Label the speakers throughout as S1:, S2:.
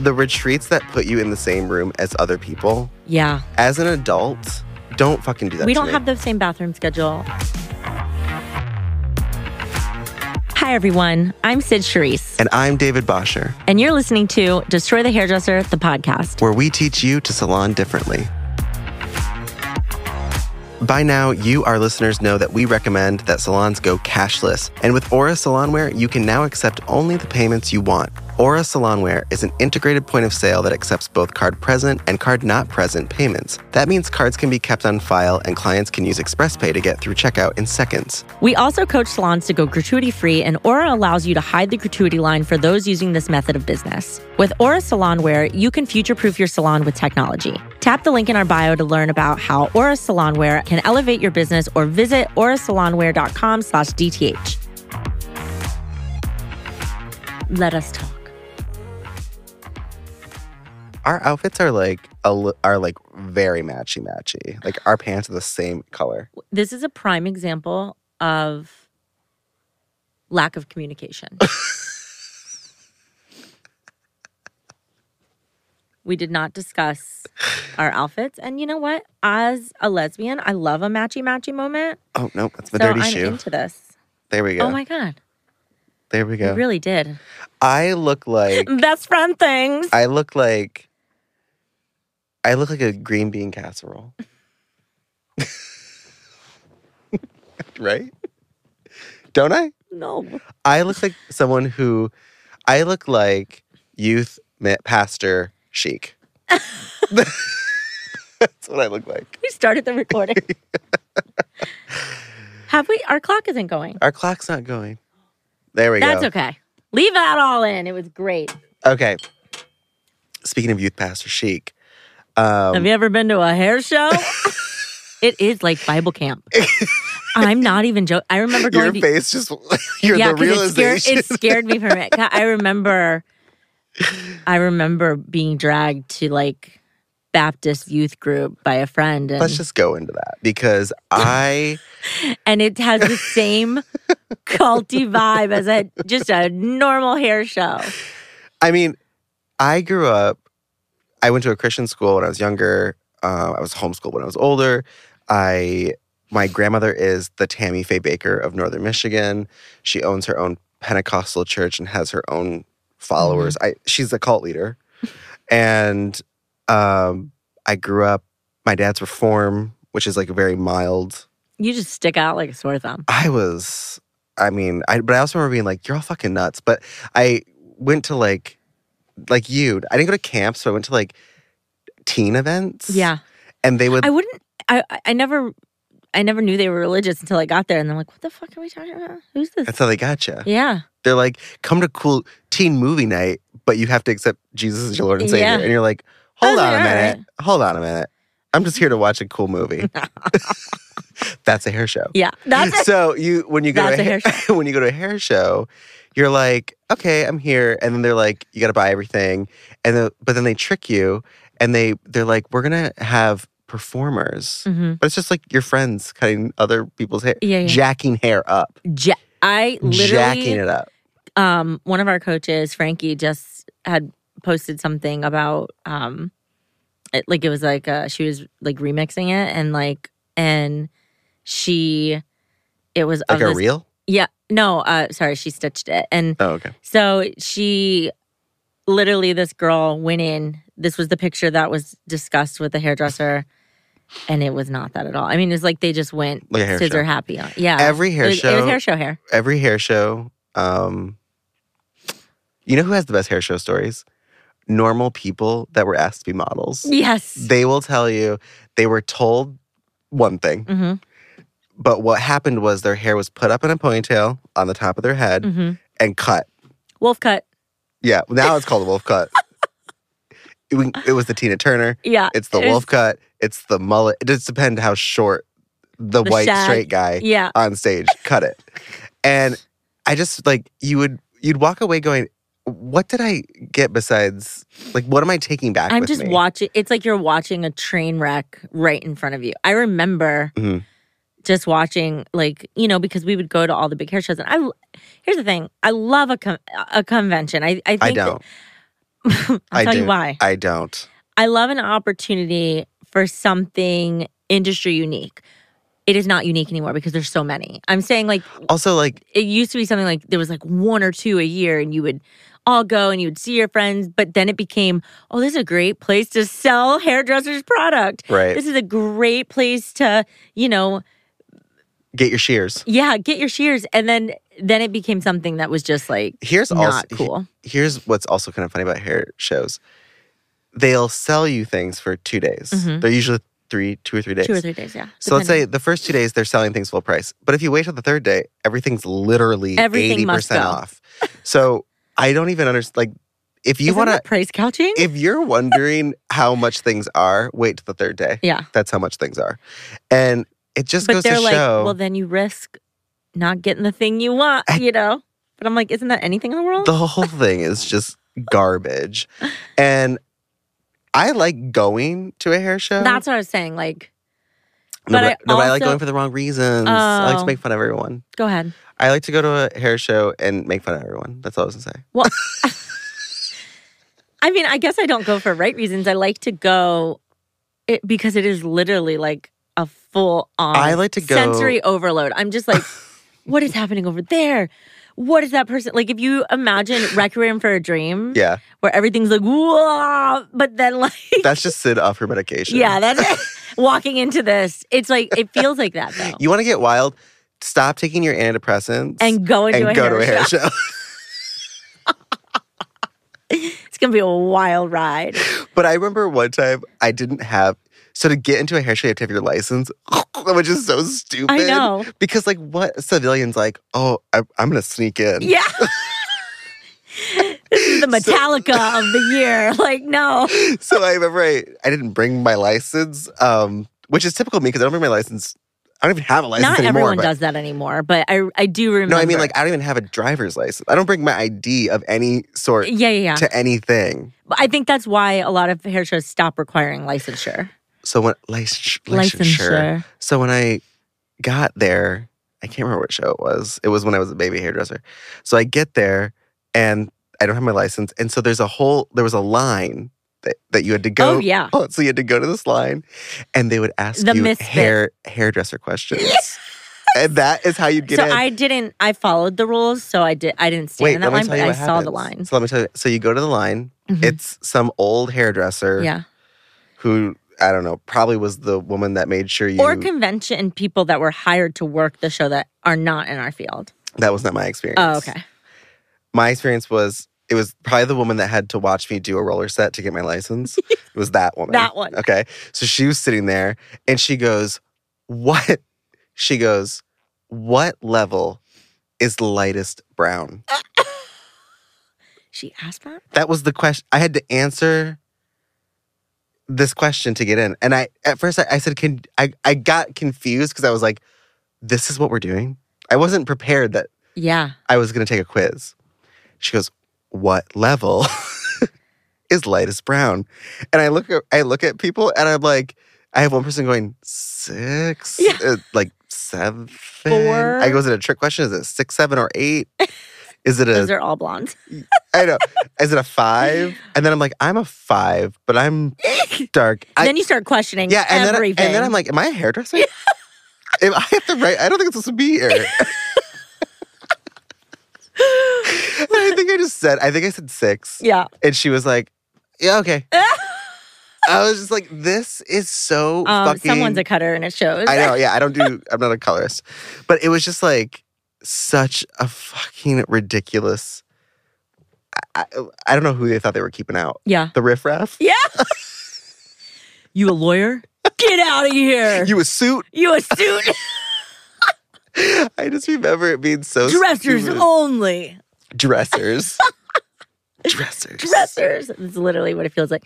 S1: the retreats that put you in the same room as other people,
S2: Yeah.
S1: as an adult, don't fucking do that.
S2: we
S1: to
S2: don't
S1: me.
S2: have the same bathroom schedule. Hi, everyone. I'm Sid Charisse,
S1: And I'm David Bosher,
S2: and you're listening to Destroy the Hairdresser, the podcast.
S1: where we teach you to salon differently. By now, you, our listeners, know that we recommend that salons go cashless. And with Aura Salonware, you can now accept only the payments you want. Aura Salonware is an integrated point of sale that accepts both card present and card not present payments. That means cards can be kept on file and clients can use ExpressPay to get through checkout in seconds.
S2: We also coach salons to go gratuity free, and Aura allows you to hide the gratuity line for those using this method of business. With Aura Salonware, you can future proof your salon with technology. Tap the link in our bio to learn about how Aura Salonware can elevate your business or visit aurasalonware.com slash DTH. Let us talk.
S1: Our outfits are like a, li- are like very matchy matchy. Like our pants are the same color.
S2: This is a prime example of lack of communication. we did not discuss our outfits. And you know what? As a lesbian, I love a matchy matchy moment.
S1: Oh no, that's my
S2: so
S1: dirty
S2: I'm
S1: shoe.
S2: into this.
S1: there we go.
S2: Oh my God.
S1: there we
S2: You
S1: go.
S2: really did.
S1: I look like
S2: Best friend things.
S1: I look like I look like a green bean casserole. right? Don't I?
S2: no.
S1: I look like someone who I look like youth ma- pastor chic. That's what I look like.
S2: We started the recording. Have we? Our clock isn't going.
S1: Our clock's not going. There we
S2: That's
S1: go.
S2: okay. Leave that all in. It was great.
S1: Okay. Speaking of youth pastor chic,
S2: Have
S1: um,
S2: you ever been to a hair show? it is like Bible camp. I'm not even joking. I remember
S1: your
S2: going to
S1: face just you're
S2: yeah,
S1: the
S2: 'cause it scared,
S1: realization.
S2: it scared me for a minute. I remember, I remember being dragged to like Baptist youth group by a friend, and,
S1: Let's just go into that because I
S2: and it has the same culty vibe as a just a normal hair show.
S1: I mean, I grew up I went to a Christian school when I was younger. Uh, I was homeschooled when I was older. I my grandmother is the Tammy Faye Baker of Northern Michigan. She owns her own Pentecostal church and has her own followers. I she's a cult leader. and um, I grew up my dad's reform, which is like very mild
S2: You just stick out like a sore thumb.
S1: I was, I mean, I but I also remember being like, "You're all fucking nuts." But I went to like, like you. I didn't go to camp, so I went to like teen events.
S2: Yeah,
S1: and they would.
S2: I wouldn't. I I- I never. I never knew they were religious until I got there, and I'm like, "What the fuck are we talking about? Who's this?"
S1: that's how they got you.
S2: Yeah.
S1: They're like, "Come to cool teen movie night, but you have to accept Jesus as your Lord and Savior."
S2: Yeah.
S1: And you're like,
S2: I
S1: "Hold
S2: was
S1: on
S2: like,
S1: a
S2: "All
S1: minute, hold on a minute. I'm just here to watch a cool movie." that's a hair show.
S2: Yeah. That's
S1: so you when you go
S2: That's
S1: to
S2: a hair
S1: when you go to a hair show, you're like, okay, I'm here, and then they're like, you got to buy everything, and the, but then they trick you, and they they're like, we're gonna have performers,
S2: hmm
S1: but it's just like your friends cutting other people's hair,
S2: Yeah. yeah.
S1: jacking hair up,
S2: Ja- I
S1: jacking
S2: literally,
S1: it up.
S2: um, one of our coaches, Frankie, just had posted something about, um, it, like it was like uh, she was like remixing it and like and she, it was
S1: Like
S2: of
S1: a
S2: this-
S1: reel?
S2: yeah no uh sorry she stitched it and
S1: Oh, okay.
S2: So she literally this girl went in. This was the picture that was discussed with the hairdresser, and it was not that at all. I mean, it's like they just went
S1: Like a hair
S2: scissor
S1: show.
S2: happy on. Yeah.
S1: Every
S2: it
S1: hair
S2: was,
S1: show,
S2: It was hair show hair.
S1: every hair show. Um, you know who has the best hair show stories? Normal people that were asked to be models.
S2: Yes.
S1: they will tell you they were told one thing,
S2: hmm
S1: but what happened was their hair was put up in a ponytail on the top of their head
S2: hmm
S1: and cut.
S2: Wolf cut.
S1: Yeah, now it's called a wolf cut. It, wa- it was the Tina Turner.
S2: Yeah.
S1: It's the
S2: It was-
S1: wolf cut. It's the mullet. It just depends how short the,
S2: The
S1: white
S2: shag.
S1: straight guy
S2: Yeah.
S1: on stage cut it. And I just like you would you'd walk away going, "What did I get besides like what am I taking back?"
S2: I'm
S1: with
S2: just
S1: me?
S2: watching. It's like you're watching a train wreck right in front of you. I remember
S1: Mhm.
S2: just watching, like you know, because we would go to all the big hair shows. And I, here's the thing, I love a con a convention. I I think
S1: I don't.
S2: I'll
S1: I
S2: tell you
S1: didn't.
S2: why.
S1: I don't.
S2: I love an opportunity for something industry unique. It is not unique anymore because there's so many. I'm saying like
S1: Also, like,
S2: it used to be something like there was like one or two a year and you would all go and you would see your friends, but then it became, oh, this is a great place to sell hairdressers product.
S1: right.
S2: This is a great place to, you know,
S1: Get your shears.
S2: yeah, get your shears and then then it became something that was just like
S1: Here's also
S2: not cool.
S1: here's what's also kind of funny about hair shows. They'll sell you things for two days.
S2: Mhm.
S1: They're usually three, two or three days.
S2: Two or three days, yeah.
S1: so let's say
S2: depending.
S1: the first two days they're selling things full price. But if you wait till the third day, everything's literally
S2: Everything
S1: 80%
S2: must go.
S1: off. So I don't even understand. Like, if you
S2: Isn't
S1: want to,
S2: that price couching?
S1: if you're wondering how much things are, wait till the third day.
S2: yeah.
S1: That's how much things are. And it just
S2: but
S1: goes
S2: they're
S1: to
S2: like,
S1: show.
S2: well, then you risk not getting the thing you want, you know. But I'm like, isn't that anything in the world?
S1: the whole thing is just garbage. And I like going to a hair show.
S2: That's what I was saying. Like,
S1: no,
S2: but I
S1: but, no, but I like
S2: also-
S1: going for the wrong reasons. I like
S2: Oh.
S1: to make fun of everyone.
S2: go ahead.
S1: I like to go to a hair show and make fun of everyone. That's all I was gonna say.
S2: I mean, I guess I don't go for right reasons. I like to go it, because it is literally like a full on
S1: I like to go-
S2: sensory overload. I'm just like, what is happening over there? What is that person like? If you imagine Requiem for a Dream,
S1: Yeah,
S2: where everything's like, whoa, but then like,
S1: that's just Sid off her medication.
S2: yeah, that's it. walking into this. It's like, it feels like that though.
S1: you want to get wild? Stop taking your antidepressants
S2: and go into
S1: and
S2: a
S1: go
S2: hair
S1: to a
S2: show.
S1: hair show.
S2: It's gonna be a wild ride.
S1: but I remember one time I didn't have. So to get into a hair show, you have to have your license, which is so stupid.
S2: I know.
S1: Because like, what civilians like? Oh, I, I'm gonna sneak in.
S2: Yeah. this is the
S1: So-
S2: Metallica of the year. Like, no.
S1: so I remember I, I didn't bring my license, um, which is typical of me because I don't bring my license. I don't even have a license
S2: Not
S1: anymore.
S2: everyone
S1: but-
S2: does that anymore, but I I do remember.
S1: No, I mean like I don't even have a driver's license. I don't bring my ID of any sort
S2: yeah, yeah, yeah.
S1: to anything.
S2: But I think that's why a lot of hair shows stop requiring licensure.
S1: So when license, licensure. So when I got there, I can't remember what show it was. It was when I was a baby hairdresser. So I get there and I don't have my license, and so there's a whole there was a line that, that you had to go.
S2: Oh yeah.
S1: Oh, so you had to go to this line, and they would ask
S2: The
S1: you
S2: misfit.
S1: hair hairdresser questions, and that is how you'd get
S2: so
S1: in.
S2: I didn't. I followed the rules, so I did. I didn't stand
S1: Wait,
S2: in that
S1: let me tell
S2: line, but
S1: you
S2: I
S1: what
S2: saw the
S1: happens.
S2: line.
S1: So let me tell you. So you go to the line.
S2: Mhm.
S1: It's some old hairdresser
S2: yeah,
S1: who I don't know, probably was the woman that made sure you.
S2: or convention people that were hired to work the show that are not in our field.
S1: that was not my experience.
S2: Oh, okay.
S1: my experience was it was probably the woman that had to watch me do a roller set to get my license. it was that woman.
S2: That one.
S1: Okay. So she was sitting there and she goes, What? She goes, What level is lightest brown?
S2: Oh. She asked that.
S1: That was the question. I had to answer this question to get in. And I at first I, I said, Can I, I got confused because I was like, This is what we're doing. I wasn't prepared that
S2: Yeah.
S1: I was going to take a quiz. She goes, "What level is lightest brown?" And I look at I look at people and I'm like, I have one person going six,
S2: Yeah.
S1: uh, like seven.
S2: Four.
S1: I go, is it a trick question? Is it six, seven, or eight? Is it
S2: Those
S1: a
S2: are all blondes.
S1: I know? Is it a five? And then I'm like, I'm a five, but I'm dark. I,
S2: then you start questioning
S1: yeah, and
S2: everything.
S1: then and then I'm like, am I a hairdresser? am I at the right? I don't think it's supposed to be here. And I think I just said, I think I said six.
S2: yeah.
S1: And she was like, yeah, okay. I was just like, this is so
S2: Um,
S1: fucking.
S2: someone's a cutter and it shows.
S1: I know, yeah, I don't do, I'm not a colorist. But it was just like such a fucking ridiculous. I, I, I don't know who they thought they were keeping out.
S2: Yeah.
S1: The riffraff?
S2: Yeah. you a lawyer? Get out of here. You,
S1: You a suit?
S2: a suit.
S1: I just remember it being so
S2: Dressers oh.
S1: stupid.
S2: only.
S1: dressers. dressers.
S2: Dressers. That's literally what it feels like.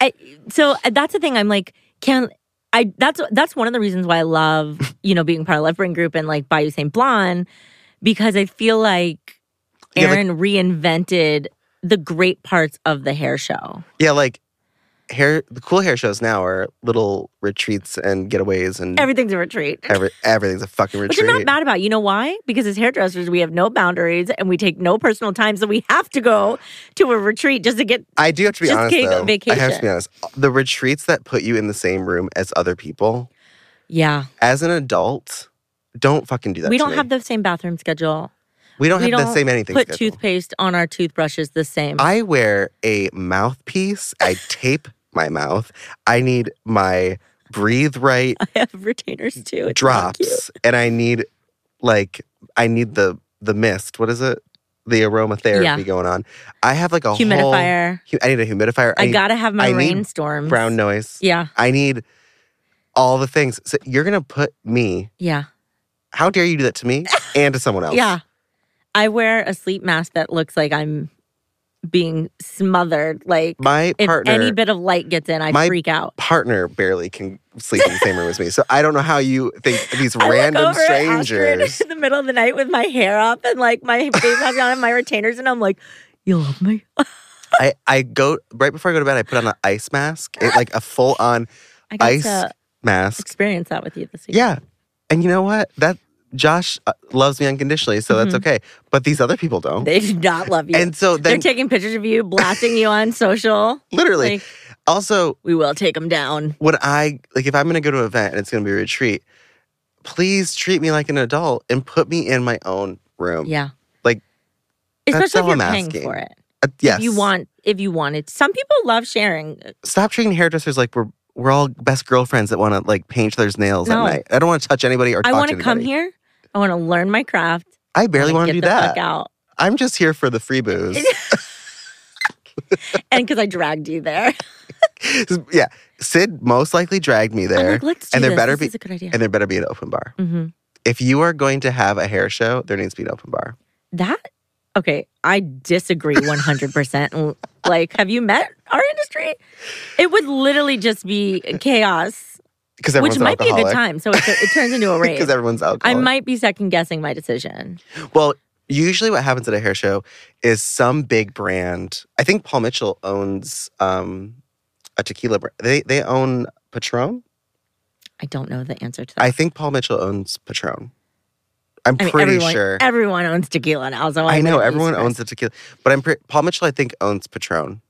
S2: I, so uh, that's the thing. I'm like, can I? That's that's one of the reasons why I love you know being part of Left Brain Group and like Bayou Saint Blonde because I feel like
S1: Yeah, like-
S2: Aaron reinvented the great parts of the hair show.
S1: Yeah, like hair the cool hair shows now are little retreats and getaways and
S2: Everything's a retreat.
S1: every, everything's Mm. a fucking
S2: Which
S1: retreat.
S2: I'm not mad about. You know why? Because as hairdressers, we have no boundaries and we take no personal time. So we have to go to a retreat just to get.
S1: I do have to be
S2: Just
S1: honest
S2: take a
S1: though. I have
S2: vacation.
S1: to be honest. The retreats that put you in the same room as other people
S2: Yeah.
S1: as an adult don't fucking do that.
S2: we
S1: to
S2: don't
S1: me.
S2: have the same bathroom schedule.
S1: we don't
S2: we
S1: have the
S2: don't
S1: same anything.
S2: Put
S1: schedule.
S2: toothpaste on our toothbrushes the same.
S1: I wear a mouthpiece. I tape my mouth. I need my breathe right
S2: I have retainers too. It's not cute.
S1: drops, and I need like I need the the mist. What is it? The aromatherapy
S2: Yeah.
S1: going on. I have like a Whole,
S2: Humidifier.
S1: hu- I need a humidifier. I,
S2: I
S1: need
S2: gotta have my
S1: I need
S2: rainstorms.
S1: brown noise.
S2: Yeah,
S1: I need all the things. So you're gonna put me.
S2: yeah,
S1: How dare you do that to me and to someone else?
S2: yeah. I wear a sleep mask that looks like I'm being smothered. Like
S1: My
S2: if
S1: partner,
S2: any bit of light gets in, I
S1: My-
S2: freak out.
S1: partner barely can sleep in the same room as me. So I don't know how you think these
S2: I look
S1: random
S2: over at Astrid
S1: strangers.
S2: in the middle of the night with my hair up and like my face mask on and my retainers, and I'm like, "You love me."
S1: I, I go right before I go to bed. I put on an ice mask, it, like a full on
S2: I got
S1: ice
S2: to
S1: mask.
S2: experience that with you this week.
S1: Yeah, and you know what? That Josh uh, loves me unconditionally, so that's
S2: Mhm.
S1: okay. But these other people don't.
S2: they do not love you.
S1: and so
S2: They're
S1: then,
S2: taking pictures of you, blasting you on social.
S1: literally,
S2: Like,
S1: also
S2: we will take them down.
S1: when I like if I'm gonna go to an event and it's gonna be a retreat, please treat me like an adult and put me in my own room.
S2: Yeah.
S1: Um, Like, that's
S2: especially if
S1: all
S2: you're
S1: I'm
S2: paying
S1: asking.
S2: for it.
S1: Uh, yes.
S2: If you want if you wanted. Some people love sharing.
S1: stop treating hairdressers like we're we're all best girlfriends that want to like paint each other's nails
S2: No.
S1: at night. I don't want to touch anybody or
S2: I
S1: talk
S2: want
S1: to
S2: to come
S1: anybody.
S2: here. I want to learn my craft.
S1: I barely want to
S2: to
S1: do
S2: the
S1: that.
S2: Fuck out.
S1: I'm just here for the free booze.
S2: And because I dragged you there.
S1: yeah, Sid most likely dragged me
S2: I'm
S1: there,
S2: like, let's do
S1: And there
S2: this.
S1: better
S2: this
S1: be-
S2: is a good idea.
S1: and there better be an open bar.
S2: hmm
S1: If you are going to have a hair show, there needs to be an open bar.
S2: That okay. I disagree 100. percent Like, have you met our industry? It would literally just be chaos,
S1: Because
S2: which
S1: everyone's an
S2: might be a good
S1: alcoholic.
S2: time. So it's a, it turns into a rave.
S1: Because everyone's
S2: I
S1: alcoholic.
S2: might be second guessing my decision.
S1: Well, usually what happens at a hair show is some big brand. I think Paul Mitchell owns um, a tequila brand. They they own Patron.
S2: I don't know the answer to that.
S1: I think Paul Mitchell owns Patron. I'm
S2: I mean,
S1: pretty
S2: everyone,
S1: sure.
S2: everyone owns tequila now. So I,
S1: I know
S2: wouldn't be
S1: everyone
S2: surprised.
S1: owns the tequila, but I'm pre- Paul Mitchell. I think owns Patron,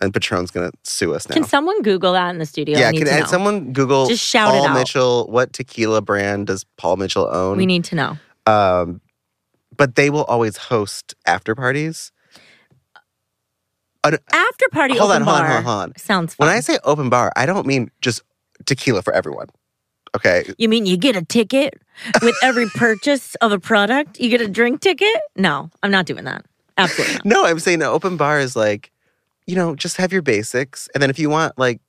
S1: and Patron's gonna sue us now.
S2: Can someone Google that in the studio?
S1: yeah,
S2: I need
S1: can
S2: to
S1: and
S2: know.
S1: someone Google
S2: Just shout
S1: Paul
S2: it out.
S1: Mitchell? What tequila brand does Paul Mitchell own?
S2: We need to know.
S1: Um, but they will always host after parties. An-
S2: After party
S1: hold on,
S2: open
S1: hold on,
S2: bar
S1: hold on, hold on.
S2: sounds fun.
S1: When I say open bar, I don't mean just tequila for everyone. Okay,
S2: you mean you get a ticket with every purchase of a product? You get a drink ticket? No, I'm not doing that. Absolutely not.
S1: no, I'm saying an open bar is like, you know, just have your basics, and then if you want like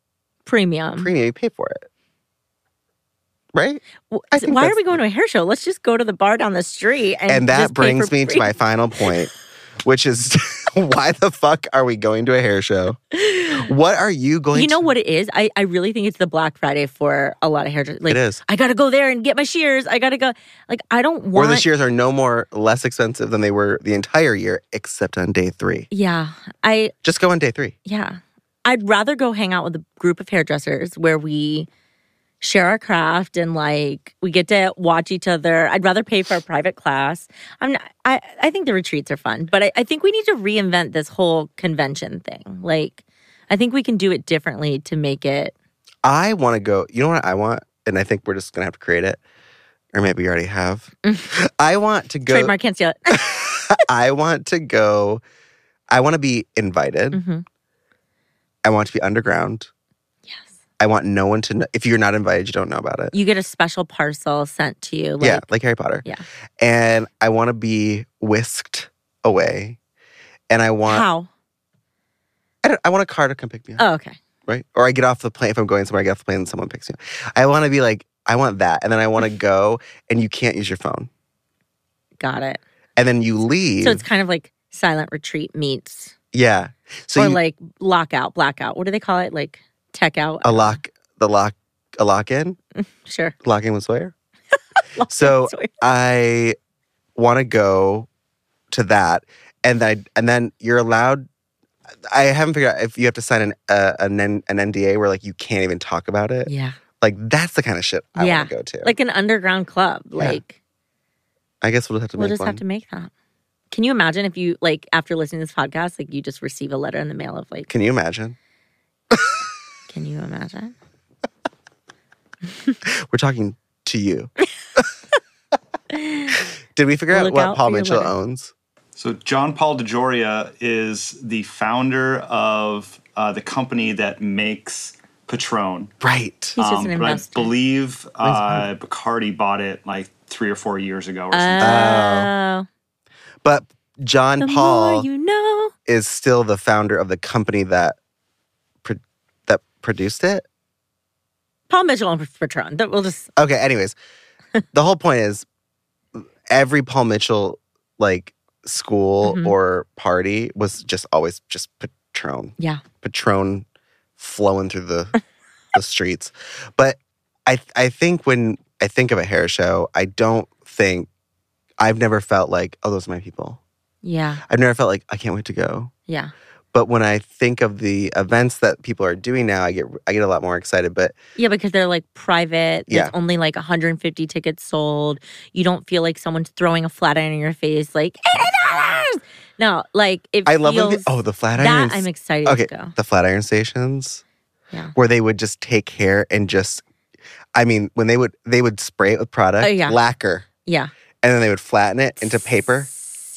S2: Premium.
S1: premium, you pay for it, right?
S2: W-
S1: I think
S2: Why are
S1: that's-
S2: we going to a hair show? Let's just go to the bar down the street and
S1: And
S2: just
S1: that
S2: pay
S1: brings
S2: for
S1: me to
S2: free.
S1: my final point, which is why the fuck are we going to a hair show? What are you going?
S2: You know
S1: to-
S2: what it is? I, I really think it's the Black Friday for a lot of hairdressers. Like
S1: it is.
S2: I gotta go there and get my shears. I gotta go. Like I don't
S1: Or
S2: want.
S1: the shears are no more less expensive than they were the entire year, except on day three.
S2: yeah, I
S1: Just go on day three.
S2: yeah. I'd rather go hang out with a group of hairdressers where we share our craft and like we get to watch each other. I'd rather pay for a private class. I'm not, I I think the retreats are fun, but I, I think we need to reinvent this whole convention thing. Like I think we can do it differently to make it.
S1: I want to go. You know what I want, and I think we're just gonna have to create it, or maybe we already have. I want to go.
S2: Mm. Trademark can't steal it.
S1: I want to go. I want to be invited.
S2: Mhm.
S1: I want to be underground.
S2: Yes,
S1: I want no one to know. If you're not invited, you don't know about it.
S2: you get a special parcel sent to you. Like,
S1: yeah, like Harry Potter.
S2: Yeah.
S1: And I want to be whisked away, and I want
S2: how?
S1: I, don't, I want a car to come pick me up.
S2: Oh, okay.
S1: right? Or I get off the plane if I'm going somewhere. I get off the plane and someone picks me up. I want to be like, I want that, and then I want to go, and you can't use your phone,
S2: Got it.
S1: and then you leave.
S2: So it's kind of like silent retreat meets
S1: yeah. So
S2: or
S1: you,
S2: like lockout, blackout. What do they call it? Like tech out.
S1: a lock, the lock, a lock in,
S2: Sure.
S1: lock in with Sawyer. So
S2: Sorry.
S1: I want to go to that, and I and then you're allowed. I haven't figured out if you have to sign an uh, an, N- an NDA where like you can't even talk about it.
S2: Yeah.
S1: Like that's the kind of shit I
S2: Yeah.
S1: want to go to.
S2: Like an underground club.
S1: Yeah.
S2: Like
S1: I guess we'll just have to
S2: we'll
S1: make
S2: just
S1: one.
S2: have to make that. Can you imagine if you like after listening to this podcast, like you just receive a letter in the mail of like,
S1: Can you imagine?
S2: can you imagine?
S1: We're talking to you. Did we figure
S2: We'll
S1: out
S2: look
S1: what
S2: out
S1: Paul
S2: for your
S1: Mitchell
S2: letter.
S1: owns?
S3: So John Paul DeJoria is the founder of uh, the company that makes Patron. Um,
S1: Right.
S2: He's just an
S3: but I
S2: investor.
S3: believe uh, Bacardi bought it like three or four years ago or something.
S2: Oh,
S1: But John
S2: the
S1: Paul
S2: more you know.
S1: is still the founder of the company that pro- that produced it.
S2: Paul Mitchell and Patron. That- We'll just
S1: Okay, anyways, the whole point is every Paul Mitchell like school
S2: Mhm.
S1: or party was just always just Patron.
S2: Yeah.
S1: Patron flowing through the the streets. But I I think when I think of a hair show, I don't think I've never felt like, oh, those are my people.
S2: yeah,
S1: I've never felt like I can't wait to go.
S2: yeah.
S1: But when I think of the events that people are doing now, I get I get a lot more excited. But
S2: Yeah, because they're like private. There's
S1: Yeah.
S2: only like 150 tickets sold. You don't feel like someone's throwing a flat iron in your face like $80. No, like it
S1: I love when the,
S2: feels
S1: oh the flat
S2: that
S1: irons.
S2: I'm excited
S1: Okay.
S2: to go.
S1: the flat iron stations
S2: Yeah.
S1: where they would just take hair and just i mean when they would they would spray it with product
S2: Oh, yeah.
S1: lacquer
S2: Yeah.
S1: and then they would flatten it into paper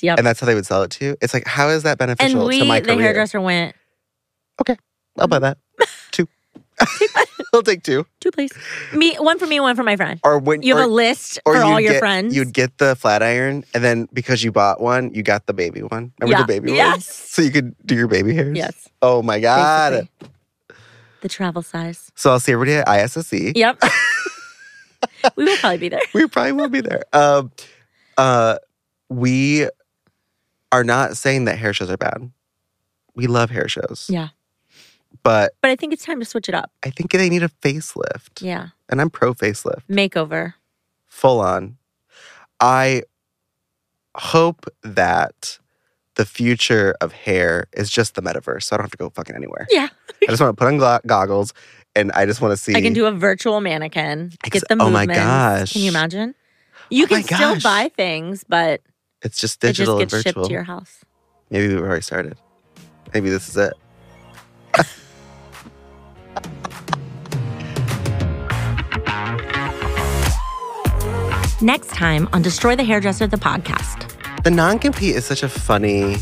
S2: Yep.
S1: and that's how they would sell it to you it's like how is that
S2: And,
S1: beneficial
S2: we,
S1: to my
S2: the
S1: career
S2: hairdresser, went
S1: i'll buy that two i'll take two
S2: two please. Me, one for me, one for my friend.
S1: or when
S2: You have
S1: or,
S2: a list
S1: or
S2: for all
S1: you'd
S2: your
S1: get-
S2: friends.
S1: you'd get the flat iron and then because you bought one you got the baby one remember
S2: yeah.
S1: the baby one
S2: yes.
S1: so you could do your baby hairs
S2: Yes.
S1: oh my god
S2: basically. The travel size.
S1: so i'll see everybody at issc
S2: Yep. we will probably be there.
S1: we probably will be there. Um, uh, we are not saying that hair shows are bad. We love hair shows.
S2: Yeah.
S1: But
S2: But I think it's time to switch it up.
S1: I think they need a facelift,
S2: Yeah.
S1: and I'm pro facelift,
S2: Makeover.
S1: full on. I hope that the future of hair is just the metaverse, so I don't have to go fucking anywhere.
S2: Yeah.
S1: I just want to put on gla- goggles, and I just want to see.
S2: I can do a virtual mannequin.
S1: Ex-
S2: Get the
S1: oh my
S2: movements.
S1: gosh.
S2: Can you imagine? You
S1: Oh my
S2: can still
S1: gosh.
S2: buy things, but
S1: It's just digital
S2: it just
S1: and
S2: gets
S1: virtual.
S2: shipped to your house.
S1: Maybe we've already started. Maybe this is it.
S2: Next time on Destroy the Hairdresser, the podcast.
S1: The non compete is such a funny.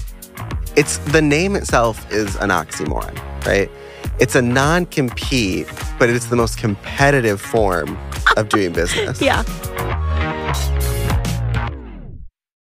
S1: It's the name itself is an oxymoron, right? It's a non compete, but it's the most competitive form of doing business.
S2: Yeah.